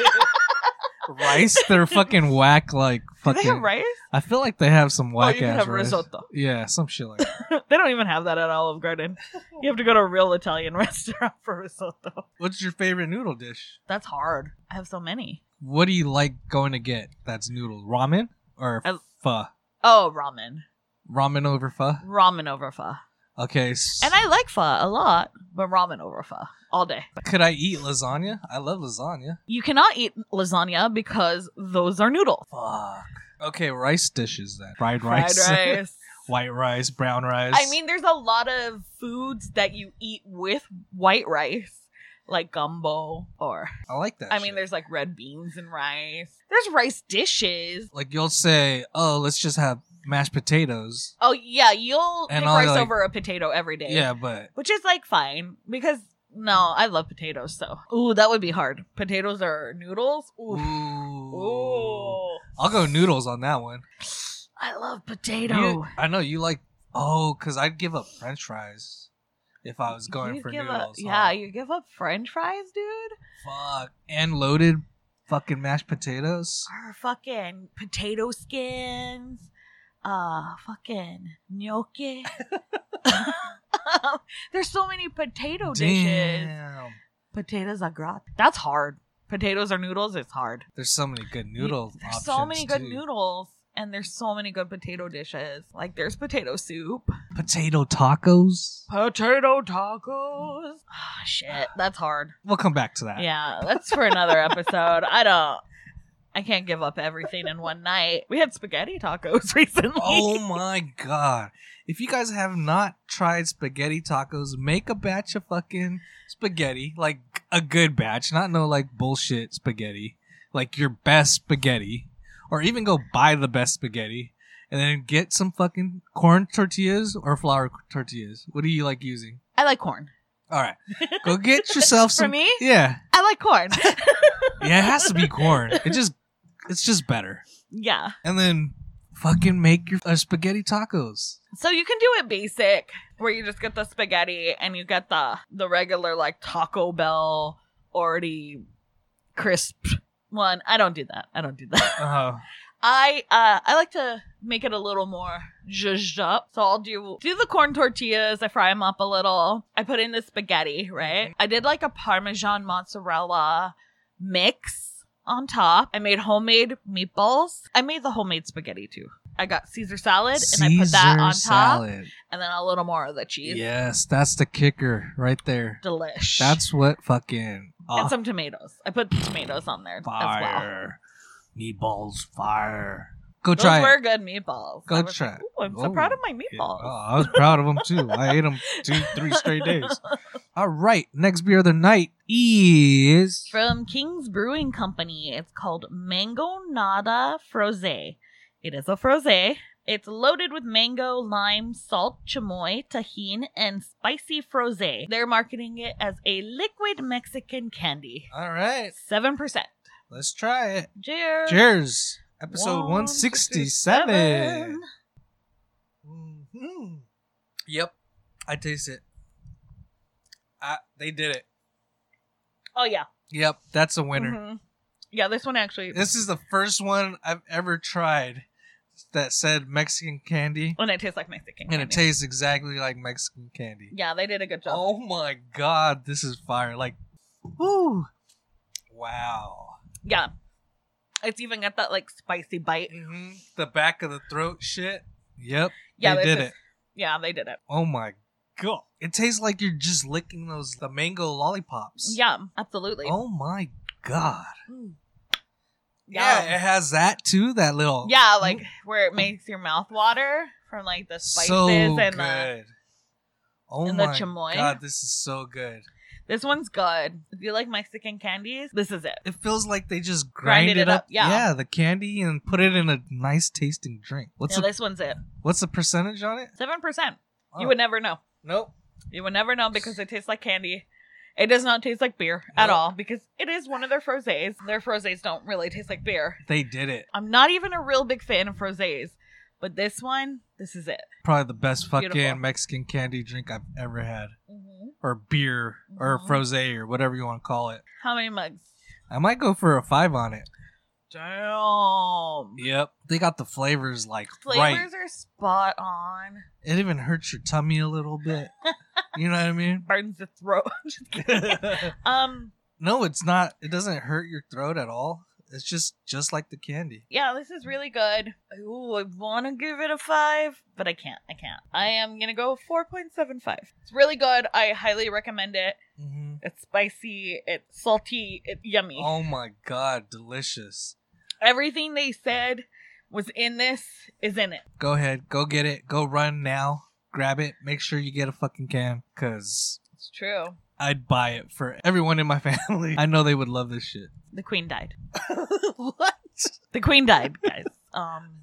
S1: rice.
S2: [LAUGHS]
S1: They're fucking whack. Like
S2: Do they
S1: fucking.
S2: have rice?
S1: I feel like they have some
S2: Oh,
S1: whack
S2: you can
S1: ass
S2: have
S1: rice.
S2: risotto. [LAUGHS]
S1: Yeah, some shit like that.
S2: they don't even have that at Olive Garden. You have to go to a real Italian [LAUGHS] restaurant for risotto.
S1: What's your favorite noodle dish?
S2: That's hard. I have so many.
S1: What do you like going to get? That's noodle ramen or
S2: I-
S1: pho.
S2: Oh, ramen.
S1: Ramen over pho.
S2: Ramen over pho.
S1: Okay. s-
S2: And I like pho a lot, but ramen over pho all day.
S1: could I eat lasagna? I love lasagna.
S2: You cannot eat lasagna because those are noodles.
S1: Fuck. Okay, rice dishes then. Fried
S2: Fried
S1: rice,
S2: rice.
S1: [LAUGHS] white rice, brown rice.
S2: I mean, there's a lot of foods that you eat with white rice, like gumbo, or
S1: I like that.
S2: I mean,
S1: shit.
S2: there's like red beans and rice. There's rice dishes.
S1: like you'll say, "Oh, let's just have mashed potatoes."
S2: Oh yeah, you'll
S1: And
S2: pick
S1: I'll,
S2: rice
S1: like-
S2: over a potato every day.
S1: Yeah, but
S2: which is like fine because no, I love potatoes. So ooh, that would be hard. Potatoes are noodles.
S1: ooh,
S2: Ooh, ooh,
S1: I'll go noodles on that one.
S2: I love
S1: You-
S2: potato.
S1: I know you like. Oh, because I'd give up French fries if I was going
S2: You
S1: for
S2: give
S1: noodles.
S2: Up, Yeah,
S1: huh?
S2: you give up French fries, dude,
S1: Fuck. And loaded fucking mashed potatoes.
S2: or fucking potato skins, uh, fucking gnocchi. [LAUGHS] There's so many potato Oh, dishes.
S1: Damn.
S2: Potatoes are grat. That's hard. Potatoes or noodles is hard.
S1: There's so many good
S2: You-
S1: noodle
S2: There's
S1: options.
S2: so many good
S1: too.
S2: noodles, and there's so many good potato dishes. Like there's potato soup,
S1: Potato tacos.
S2: potato tacos. [SIGHS] Ah, shit, that's hard.
S1: We'll come back to that.
S2: Yeah, that's for
S1: [LAUGHS]
S2: another episode. I don't. I can't give up everything in one night. We had spaghetti tacos [LAUGHS] recently.
S1: Oh my god. If you guys have not tried spaghetti tacos, make a batch of fucking spaghetti, like a good batch, not no like bullshit spaghetti, like your best spaghetti, or even go buy the best spaghetti and then get some fucking corn tortillas or flour tortillas. What do you like using?
S2: I like corn. [LAUGHS]
S1: All right. Go get yourself
S2: For
S1: some
S2: me,
S1: Yeah.
S2: I like corn.
S1: Yeah, it has to be corn. It just it's just better.
S2: [LAUGHS] yeah.
S1: And then fucking make your uh, spaghetti tacos.
S2: So you can do it basic, where you just get the spaghetti and you get the the regular like Taco Bell already crisp one. I don't do that. I don't do that.
S1: Uh-huh.
S2: I uh I like to make it a little more zhuzhed up. So I'll do do the corn tortillas. I fry them up a little. I put in the spaghetti. Right.
S1: Mm-hmm.
S2: I did like a Parmesan mozzarella mix on top. I made homemade meatballs. I made the homemade spaghetti too. I got Caesar salad and I put that
S1: Caesar
S2: on top
S1: salad.
S2: and then a little more of the cheese.
S1: Yes, that's the kicker right there.
S2: Delish.
S1: That's what fucking
S2: and
S1: oh,
S2: some tomatoes. I put tomatoes on there as well.
S1: fire. Meatballs fire. Go
S2: Those
S1: try
S2: were
S1: it.
S2: good meatballs.
S1: Go
S2: I was
S1: try
S2: like,
S1: it.
S2: Ooh, I'm so
S1: Ooh.
S2: proud of my
S1: Yeah, Oh,
S2: meatballs.
S1: I was proud of them too. I ate them two, three straight
S2: [LAUGHS]
S1: days. All right, next beer of the night is
S2: From King's Brewing Company. It's called Mango Nada Frosé. It is a frosé. It's loaded with mango, lime, salt, chamoy, tahine, and spicy frosé. They're marketing it as a liquid Mexican candy.
S1: all right.
S2: 7%.
S1: Let's try it.
S2: Cheers.
S1: Cheers. Episode one sixty
S2: 167.
S1: seven. hmm Yep, I taste it. I, they did it.
S2: Oh, yeah.
S1: Yep, that's a winner.
S2: Mhm. Yeah, this one actually.
S1: This is the first one I've ever tried that said Mexican candy,
S2: when it tastes like Mexican.
S1: and it
S2: candy.
S1: tastes exactly like Mexican candy.
S2: Yeah, they did a good job.
S1: Oh my god, this is fire! Like, whoo, wow.
S2: Yeah. It's even got that like spicy bite.
S1: hmm The back of the throat shit. Yep,
S2: Yeah,
S1: they
S2: this
S1: did
S2: is-
S1: it.
S2: Yeah, they did it.
S1: Oh my god, it tastes like you're just licking those the mango lollipops.
S2: Yeah, absolutely.
S1: Oh my god.
S2: Mm.
S1: Yeah,
S2: Yeah.
S1: it has that too. That little
S2: [GASPS] Yeah, like where it makes your mouth water from like the spices
S1: Oh. so
S2: and the
S1: good. Oh
S2: and the
S1: my
S2: chamoy.
S1: god, this is so good.
S2: this one's good. If you like Mexican candies, this is it.
S1: It feels like they just grind
S2: Grinded
S1: it,
S2: it
S1: up,
S2: up, yeah.
S1: the candy and put it in a nice tasting drink. What's
S2: yeah,
S1: the,
S2: this one's it.
S1: what's the percentage on it?
S2: Seven percent.
S1: Oh,
S2: You would never know.
S1: nope.
S2: You would never know because it tastes like candy. It does not taste like beer at
S1: Nope.
S2: all because it is one of their frosés. Their frosés don't really taste like beer.
S1: They did it.
S2: I'm not even a real big fan of frosés, but this one, this is it.
S1: Probably the best fucking
S2: Beautiful.
S1: Mexican candy drink I've ever had, or beer, or
S2: Mhm.
S1: frosé, or whatever you want to call it.
S2: How many mugs?
S1: I might go for a five on it.
S2: Damn.
S1: Yep. They got the flavors like right.
S2: Flavors are spot on.
S1: It even hurts your tummy a little
S2: [LAUGHS]
S1: bit. you know what I mean?
S2: Burns the throat. [LAUGHS] um,
S1: no, it's not. It doesn't hurt your throat at all. It's just just like the candy.
S2: yeah, this is really good. Ooh, I want to give it a five, but I can't. I can't. I am gonna go four point seven five. It's really good. I highly recommend it.
S1: hmm
S2: It's spicy. It's salty. It's yummy.
S1: Oh my god, delicious.
S2: Everything they said was in this is in it.
S1: Go ahead, go get it. Go run now. Grab it. Make sure you get a fucking can cuz
S2: It's true.
S1: I'd buy it for everyone in my [LAUGHS] family. I know they would love
S2: [LAUGHS]
S1: this shit.
S2: The queen died.
S1: what?
S2: The queen died,
S1: [LAUGHS]
S2: guys. Um,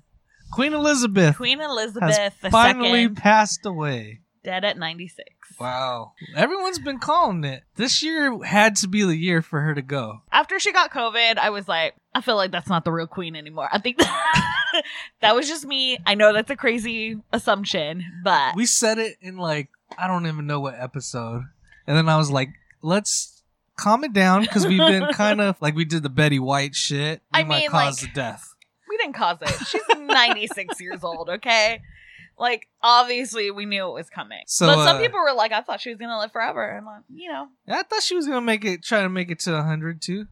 S1: Queen Elizabeth
S2: Queen Elizabeth II
S1: finally passed away.
S2: dead at ninety six.
S1: Wow. Everyone's been calling it. This year had to be the year for her to go.
S2: After she got COVID, I was like, I feel like that's not the real queen anymore. I think [LAUGHS] that was just me. I know that's a crazy assumption, but
S1: We said it in like, I don't even know what episode. And then I was like, let's calm it down because we've
S2: [LAUGHS]
S1: been kind of like we did the Betty White shit. We
S2: I
S1: might
S2: mean,
S1: cause
S2: like-
S1: the death.
S2: we didn't cause it. She's ninety
S1: [LAUGHS]
S2: six years old. Okay. Like obviously we knew it was coming,
S1: So,
S2: but some
S1: uh,
S2: people were like, "I thought she was gonna live forever," and like, you know,
S1: I thought she was going to make it, try to make it to 100 too.
S2: It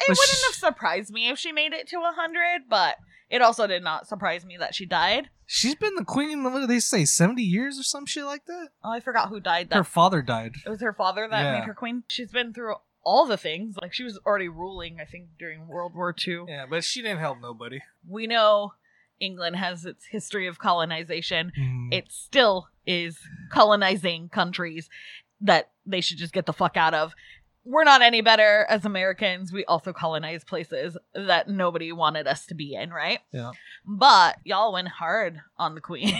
S1: But
S2: wouldn't
S1: sh-
S2: have surprised me if she made it to 100, but it also did not surprise me that she died.
S1: She's been the queen, what do they say, 70 years or some shit like that?
S2: Oh, I forgot who died.
S1: Her
S2: That
S1: father died.
S2: it was her father that
S1: Yeah.
S2: made her queen. She's been through all the things. Like she was already ruling, I think, during World War II.
S1: Yeah, but she didn't help nobody.
S2: We know England has its history of colonization.
S1: Mm.
S2: It still is colonizing countries that they should just get the fuck out of. We're not any better as Americans. We also colonize places that nobody wanted us to be in, right?
S1: Yeah.
S2: But y'all went hard on the queen.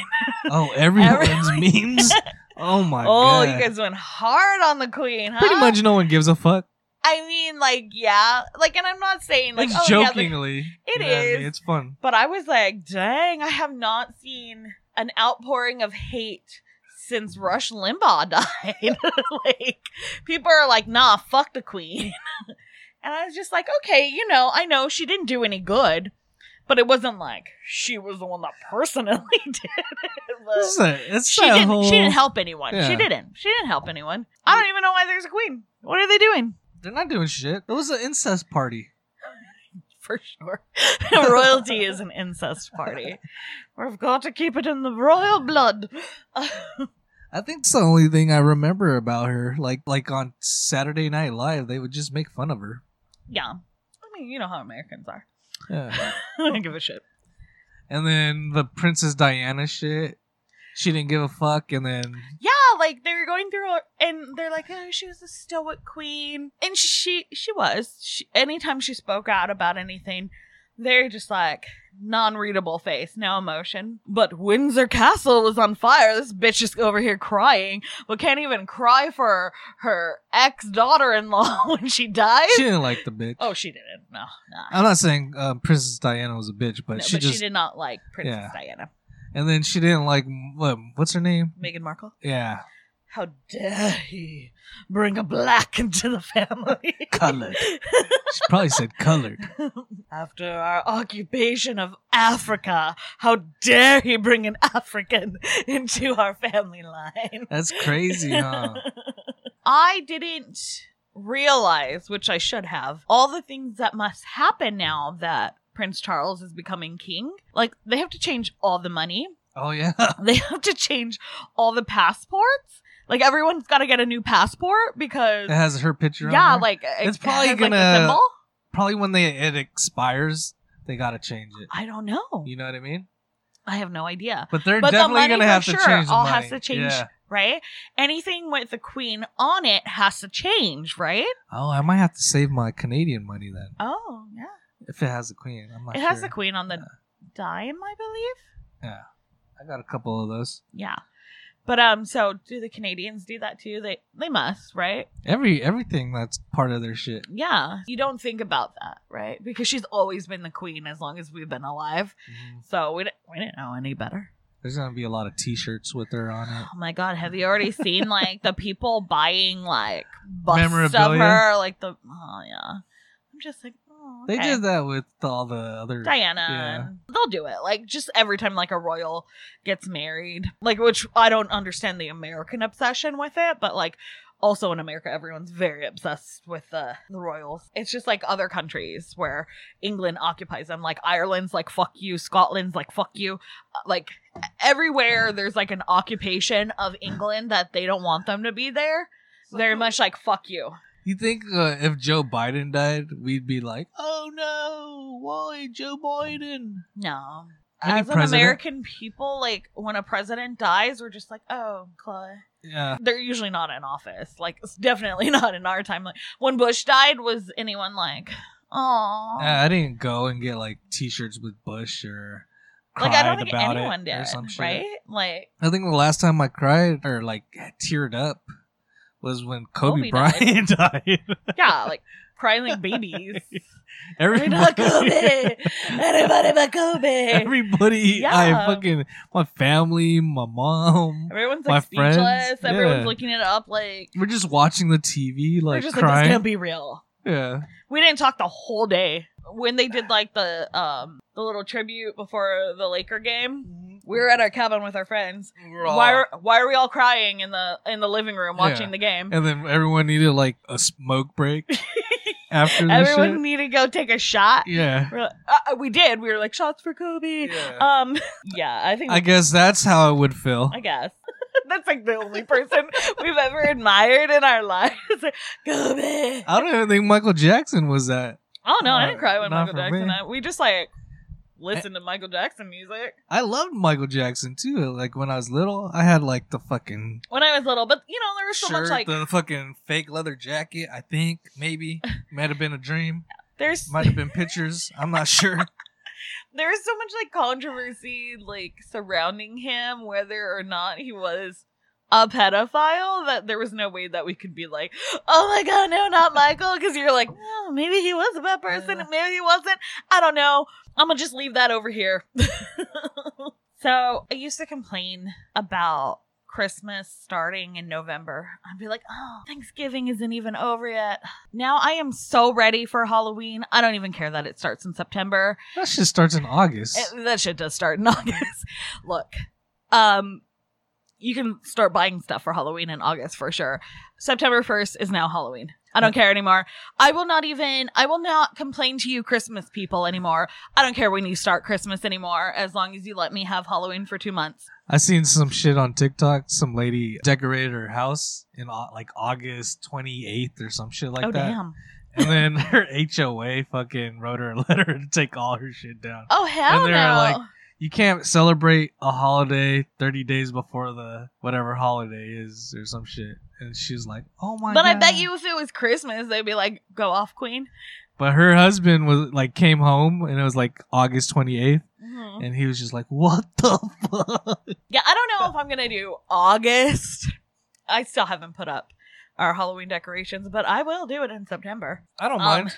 S1: oh,
S2: [LAUGHS]
S1: everyone's
S2: Everyone-
S1: memes. Oh
S2: [LAUGHS]
S1: my
S2: oh,
S1: god.
S2: you guys went hard on the queen, huh?
S1: Pretty much no one gives a fuck.
S2: I mean, like, yeah. Like, and I'm not saying like,
S1: it's
S2: oh, yeah, like-
S1: jokingly.
S2: It
S1: you know what I mean?
S2: is.
S1: It's fun.
S2: but I was like, dang, I have not seen an outpouring of hate since Rush Limbaugh [LAUGHS] died. like, people are like, nah, fuck the queen. [LAUGHS] and I was just like, okay, you know, I know she didn't do any good, but it wasn't like she was the one that personally [LAUGHS] did it. But-
S1: It's a, it's
S2: she
S1: a
S2: didn't
S1: whole.
S2: she didn't help anyone.
S1: Yeah.
S2: She didn't. She didn't help anyone. I don't even know why there's a queen. What are they doing?
S1: They're not doing shit. It was an incest party.
S2: For sure. [LAUGHS] Royalty is an incest party. We've got to keep it in the royal blood. [LAUGHS]
S1: I think it's the only thing I remember about her. Like like on Saturday Night Live, they would just make fun of her.
S2: yeah. I mean, you know how Americans are. [LAUGHS]
S1: Yeah.
S2: I don't give a shit.
S1: and then the Princess Diana shit. She didn't give a fuck. And then
S2: Yeah, [LAUGHS] like they were going through a- and they're like, "Oh, she was a stoic queen." And she she was. She, anytime she spoke out about anything, they're just like non-readable face, no emotion. But Windsor Castle was on fire. This bitch is over here crying, but can't even cry for her ex-daughter-in-law [LAUGHS] when she dies.
S1: she didn't like the bitch.
S2: oh, she didn't. No, nah.
S1: I'm not saying uh, Princess Diana was a bitch, but
S2: No,
S1: she
S2: but
S1: just
S2: she did not like Princess Diana.
S1: and then she didn't like what, what's her name?
S2: Meghan Markle.
S1: Yeah,
S2: How dare he bring a black into the family? [LAUGHS]
S1: Colored. she probably said colored.
S2: After our occupation of Africa, how dare he bring an African [LAUGHS] into our family line?
S1: That's crazy, huh?
S2: [LAUGHS] I didn't realize, which I should have, all the things that must happen now that Prince Charles is becoming king. Like, they have to change all the money, [LAUGHS]
S1: Oh yeah.
S2: they have to change all the passports. Like, everyone's got to get a new passport because.
S1: It has her picture.
S2: Yeah,
S1: on there.
S2: like it
S1: It's
S2: has, [LAUGHS]
S1: probably
S2: like,
S1: gonna-
S2: a symbol.
S1: probably when they it expires, they gotta change it.
S2: I don't know.
S1: You know what I mean?
S2: I have no idea.
S1: But they're
S2: but the
S1: definitely
S2: money
S1: gonna
S2: for
S1: have
S2: sure
S1: to change the
S2: all
S1: money.
S2: has to change,
S1: Yeah.
S2: right? Anything with the queen on it has to change, right?
S1: Oh, I might have to save my Canadian money then
S2: Oh yeah,
S1: if it has the queen. I'm not
S2: it
S1: sure.
S2: has the queen on the
S1: Yeah.
S2: dime, I believe.
S1: I got a couple of those.
S2: Yeah, but um, so do the Canadians do that too? They they must, right?
S1: Every everything that's part of their shit.
S2: Yeah, you don't think about that, right? Because she's always been the queen as long as we've been alive, so we didn't, we didn't know any better.
S1: There's gonna be a lot of T-shirts with her on it.
S2: Oh my god, have you already seen like the people buying like busts of
S1: Memorabilia?
S2: her? Like the oh yeah, I'm just like oh
S1: They
S2: okay.
S1: did that with all the other.
S2: Diana. and- They'll do it. Like just every time like a royal gets married. Like which I don't understand the American obsession with it, but like also in America everyone's very obsessed with the the royals. It's just like other countries where England occupies them. Like Ireland's like fuck you, Scotland's like fuck you. Uh, Like everywhere there's like an occupation of England that they don't want them to be there.
S1: [LAUGHS]
S2: Very much like fuck you.
S1: You think uh, if Joe Biden died, we'd be like, "Oh no, why Joe Biden?"
S2: No.
S1: Any
S2: As an
S1: president-
S2: American people, like when a president dies, we're just like, oh, Chloe.
S1: Yeah,
S2: They're usually not in office. Like, it's definitely [LAUGHS] not in our time. Like, when Bush died, was anyone like, oh,
S1: Yeah, Uh, I didn't go and get like T-shirts with Bush or cried
S2: like I don't think
S1: about
S2: anyone
S1: it
S2: did,
S1: or some shit.
S2: right? Like,
S1: I think the last time I cried or like teared up was when
S2: Kobe
S1: Kobe, Bryant [LAUGHS] died.
S2: yeah, like crying like babies.
S1: [LAUGHS] Everybody, [LAUGHS]
S2: Everybody, Kobe. Everybody, but Kobe.
S1: everybody I
S2: Yeah.
S1: fucking my family, my mom.
S2: Everyone's
S1: My
S2: like
S1: friends,
S2: speechless.
S1: yeah.
S2: Everyone's looking it up. Like,
S1: We're just watching the TV,
S2: we're
S1: like
S2: just like, this
S1: crying.
S2: can't be real.
S1: yeah,
S2: We didn't talk the whole day. When they did like the um the little tribute before the Laker game, we were at our cabin with our friends.
S1: We're all-
S2: Why are, why are we all crying in the in the living room watching
S1: Yeah.
S2: the game?
S1: and then everyone needed like a smoke
S2: [LAUGHS]
S1: break after the
S2: Everyone
S1: shit.
S2: needed to go take a shot. [LAUGHS]
S1: Yeah,
S2: We're like, uh, uh, we did. We were like shots for Kobe.
S1: Yeah.
S2: Um [LAUGHS] yeah, I think
S1: I guess that's how it would feel.
S2: I guess. [LAUGHS] That's like the only person we've ever admired in our lives. [LAUGHS] Kobe.
S1: I don't even think Michael Jackson was that.
S2: Oh no, I
S1: Uh,
S2: didn't cry when
S1: not
S2: Michael
S1: for
S2: Jackson.
S1: me. Eh.
S2: died. We just like listened to Michael Jackson music.
S1: I loved Michael Jackson too. Like when I was little, I had like the fucking
S2: when I was little, but you know, there was so much
S1: shirt,
S2: like
S1: the fucking fake leather jacket. I think
S2: [LAUGHS]
S1: maybe might have been a dream,
S2: there's
S1: might have been pictures.
S2: [LAUGHS]
S1: I'm not sure.
S2: there's so much like controversy like surrounding him whether or not he was a pedophile that there was no way that we could be like, oh my god, no, not Michael, because you're like, oh, maybe he was a bad person,
S1: Yeah.
S2: maybe he wasn't. I don't know. I'm gonna just leave that over here. [LAUGHS] so I used to complain about Christmas starting in November. I'd be like, oh, Thanksgiving isn't even over yet. Now I am so ready for Halloween. I don't even care that it starts in September.
S1: That shit starts in August.
S2: It- Eh, that shit does start in [LAUGHS] August. Look, um, you can start buying stuff for Halloween in August for sure. September 1st is now Halloween. I don't care anymore. I will not even, I will not complain to you Christmas people anymore. I don't care when you start Christmas anymore, as long as you let me have Halloween for two months.
S1: I seen some shit on TikTok. Some lady decorated her house in au- like August 28th or some shit like
S2: oh,
S1: that.
S2: damn.
S1: And then [LAUGHS] her HOA fucking wrote her a letter [LAUGHS] to take all her shit down.
S2: Oh, hell
S1: And
S2: no.
S1: they're like- You can't celebrate a holiday 30 days before the whatever holiday is or some shit. And she's like, "Oh my
S2: but
S1: god."
S2: I bet you if it was Christmas, they'd be like, go off, queen.
S1: But her husband was like came home and it was like August 28th
S2: Mhm.
S1: and he was just like, "What the fuck?"
S2: Yeah, I don't know if I'm gonna do August. I still haven't put up our Halloween decorations, but I will do it in September.
S1: [LAUGHS] I don't
S2: Um,
S1: mind.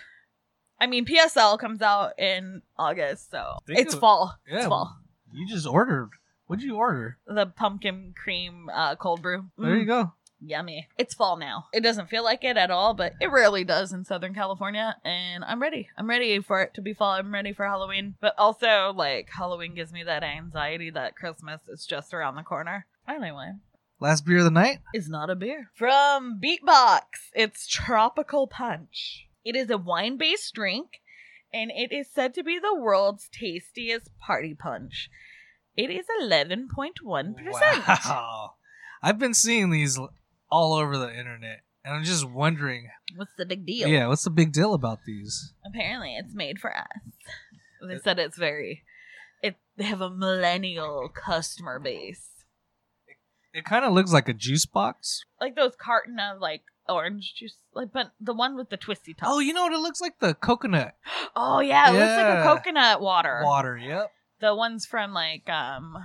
S2: I mean, PSL comes out in August, so
S1: Think
S2: it's
S1: of-
S2: fall.
S1: yeah.
S2: It's fall.
S1: You just ordered. What'd you order?
S2: The pumpkin cream uh, cold brew.
S1: There you
S2: Mm,
S1: go.
S2: Yummy. It's fall now. It doesn't feel like it at all, but it rarely does in Southern California. And I'm ready. I'm ready for it to be fall. I'm ready for Halloween. But also, like, Halloween gives me that anxiety that Christmas is just around the corner. Anyway.
S1: Last beer of the night?
S2: is not a beer. From Beatbox, it's Tropical Punch. It is a wine based drink, and it is said to be the world's tastiest party punch. It is 11.1%.
S1: Wow. [LAUGHS] I've been seeing these l- all over the internet, and I'm just wondering,
S2: [LAUGHS] What's the big deal?
S1: yeah, what's the big deal about these?
S2: Apparently, it's made for us. They said it's very, it, they have a millennial customer base.
S1: It kind of looks like a juice box.
S2: Like those carton of like orange juice, like but the one with the twisty top.
S1: Oh, you know what? It looks like the coconut
S2: [GASPS] Oh yeah, it looks
S1: Yeah.
S2: like a coconut water.
S1: water. Yep.
S2: The ones from like um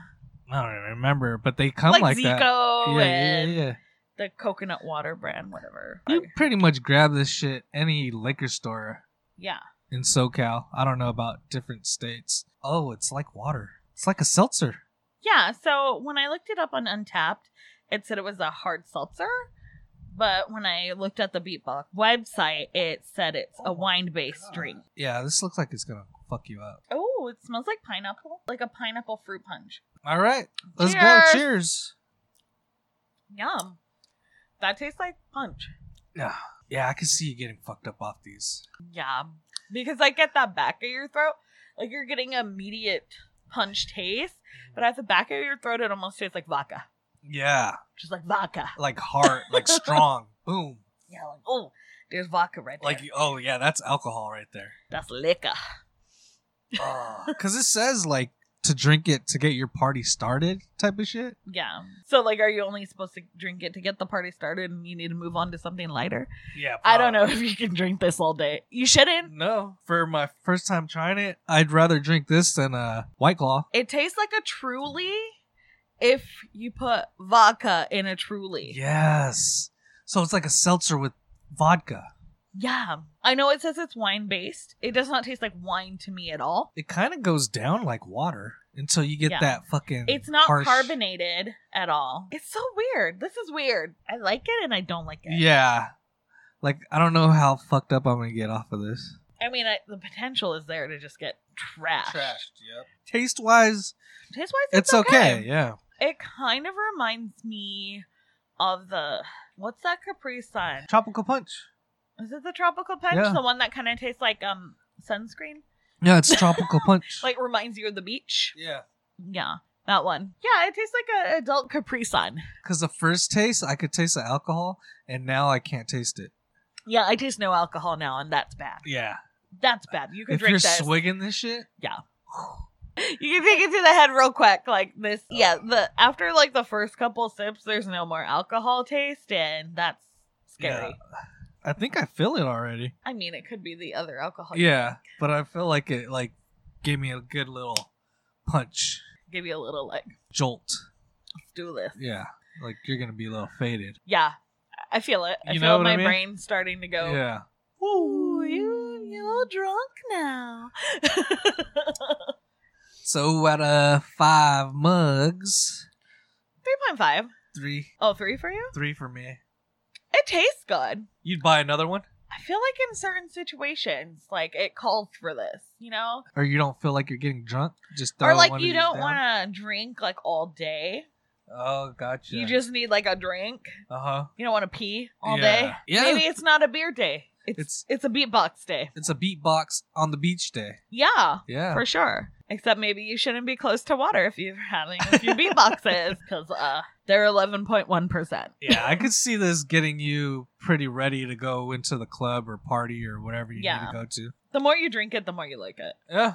S1: I don't even remember, but they come like,
S2: like,
S1: that.
S2: Zico
S1: Yeah, yeah,
S2: and
S1: yeah.
S2: the coconut water brand, whatever.
S1: You pretty much grab this shit any liquor store
S2: yeah.
S1: in SoCal. I don't know about different states. Oh, it's like water. It's like a seltzer.
S2: Yeah. So when I looked it up on Untapped, it said it was a hard seltzer, But when I looked at the beatbox website, it said it's a
S1: Oh my
S2: wine based drink.
S1: Yeah, this looks like it's gonna fuck you up.
S2: Oh, it smells like pineapple, like a pineapple fruit punch.
S1: All right, let's
S2: Cheers.
S1: go. Cheers.
S2: Yum. That tastes like punch.
S1: Yeah, yeah, I can see you getting fucked up off these.
S2: Yeah. Because I get that back of your throat. Like you're getting immediate punch taste, but at the back of your throat, it almost tastes like vodka.
S1: Yeah,
S2: Just like vodka.
S1: like hard,
S2: [LAUGHS]
S1: like strong. Boom.
S2: Yeah, like, oh, there's vodka right there.
S1: Like oh yeah, that's alcohol right there.
S2: That's liquor.
S1: Because it says like to drink it to get your party started type of shit.
S2: Yeah. So, like, are you only supposed to drink it to get the party started and you need to move on to something lighter?
S1: Yeah,
S2: I don't know [LAUGHS] if you can drink this all day. You shouldn't.
S1: No, for my first time trying it, I'd rather drink this than a White Claw.
S2: It tastes like a truly if you put vodka in a truly.
S1: Yes. So it's like a seltzer with vodka.
S2: Yeah. I know it says it's wine based. It does not taste like wine to me at all.
S1: It kind of goes down like water until you get
S2: Yeah.
S1: that fucking.
S2: It's not
S1: harsh-
S2: carbonated at all. It's so weird. This is weird. I like it and I don't like it.
S1: Yeah. Like I don't know how fucked up I'm gonna get off of this.
S2: I mean, I, the potential is there to just get trashed.
S1: Yep. Taste wise,
S2: Taste wise,
S1: it's, okay. Yeah.
S2: It kind of reminds me of the what's that Capri Sun?
S1: Tropical punch.
S2: Is it the tropical punch?
S1: Yeah.
S2: The one that kind of tastes like um sunscreen?
S1: Yeah, it's tropical punch.
S2: [LAUGHS] Like reminds you of the beach?
S1: yeah.
S2: Yeah, that one. Yeah, it tastes like an adult Capri Sun.
S1: Because the first taste, I could taste the alcohol, and now I can't taste it.
S2: Yeah, I taste no alcohol now, and that's bad.
S1: Yeah.
S2: That's bad. You can
S1: If
S2: drink
S1: you're
S2: this.
S1: swigging this shit,
S2: you can take it to the head real quick, like this.
S1: Oh.
S2: Yeah, the after like the first couple sips, there's no more alcohol taste, and that's scary.
S1: I think I feel it already.
S2: I mean, it could be the other alcohol.
S1: Yeah, but I feel like it like gave me a good little punch
S2: give you a little like,
S1: jolt.
S2: let's do this.
S1: Yeah, like you're gonna be a little faded.
S2: Yeah, I feel it. I
S1: You know
S2: feel
S1: what
S2: my
S1: I mean?
S2: brain starting to go.
S1: Yeah.
S2: Ooh, you you're a little drunk now.
S1: So out of five mugs,
S2: Three point five.
S1: three,
S2: Oh, three for you.
S1: three for me.
S2: It tastes good.
S1: You'd buy another one,
S2: I feel like in certain situations, like it calls for this, you know,
S1: or you don't feel like you're getting drunk? Just throw
S2: or like
S1: one
S2: you
S1: of these
S2: don't
S1: down?
S2: want to drink like all day.
S1: Oh, gotcha.
S2: You just need like a drink.
S1: uh huh.
S2: You don't want to pee all
S1: Yeah.
S2: day.
S1: Yeah.
S2: Maybe it's not a beer day. It's it's,
S1: It's-
S2: a beatbox day.
S1: It's a beatbox on the beach day.
S2: Yeah.
S1: Yeah.
S2: for sure. Except maybe you shouldn't be close to water if you're having a
S1: [LAUGHS]
S2: few beatboxes because uh, they're eleven point one percent.
S1: yeah, I could see this getting you pretty ready to go into the club or party or whatever you
S2: Yeah.
S1: need to go to.
S2: The more you drink it, the more you like it.
S1: Yeah.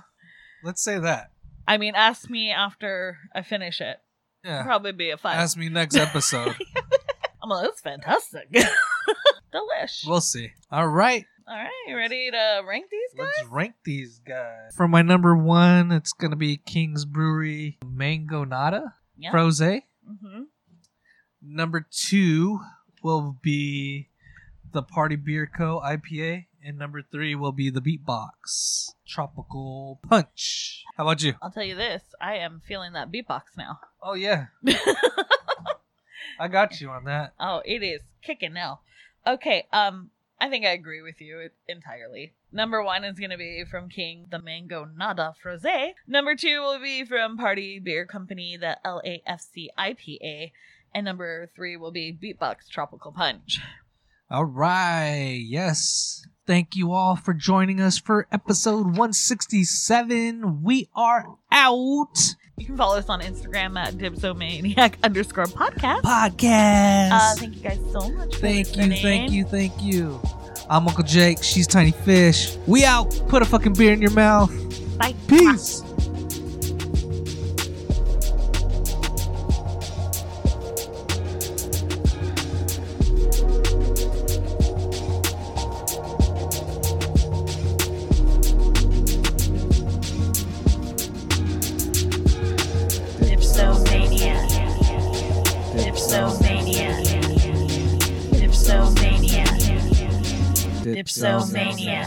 S1: Let's say that.
S2: I mean, ask me after I finish it.
S1: Yeah.
S2: Probably be a five.
S1: Ask me next episode.
S2: [LAUGHS] I'm like, that's fantastic. [LAUGHS] Delish.
S1: we'll see. All right.
S2: All right, you ready to rank these guys?
S1: Let's rank these guys. For my number one, it's going to be King's Brewery Mango Nada
S2: Yeah.
S1: Rosé.
S2: hmm
S1: Number two will be the Party Beer Co. IPA. And number three will be the Beatbox Tropical Punch. How about you?
S2: I'll tell you this. I am feeling that beatbox now. [LAUGHS]
S1: Oh, yeah. I got you on that.
S2: Oh, it is kicking now. Okay, um, I think I agree with you entirely. Number one is gonna be from King the Mango Nada Frosé. Number two will be from Party Beer Company the LAFC IPA, and number three will be Beatbox Tropical Punch.
S1: All right. Yes. Thank you all for joining us for episode 167. We are out.
S2: You can follow us on Instagram at dipsomaniac underscore podcast.
S1: Podcast.
S2: Uh, thank you guys so much. For
S1: thank you.
S2: listening.
S1: Thank you. Thank you. I'm Uncle Jake. She's Tiny Fish. We out. Put a fucking beer in your mouth.
S2: Bye.
S1: Peace.
S3: Dipsomania. Dipsomania. Dipsomania. Dipsomania.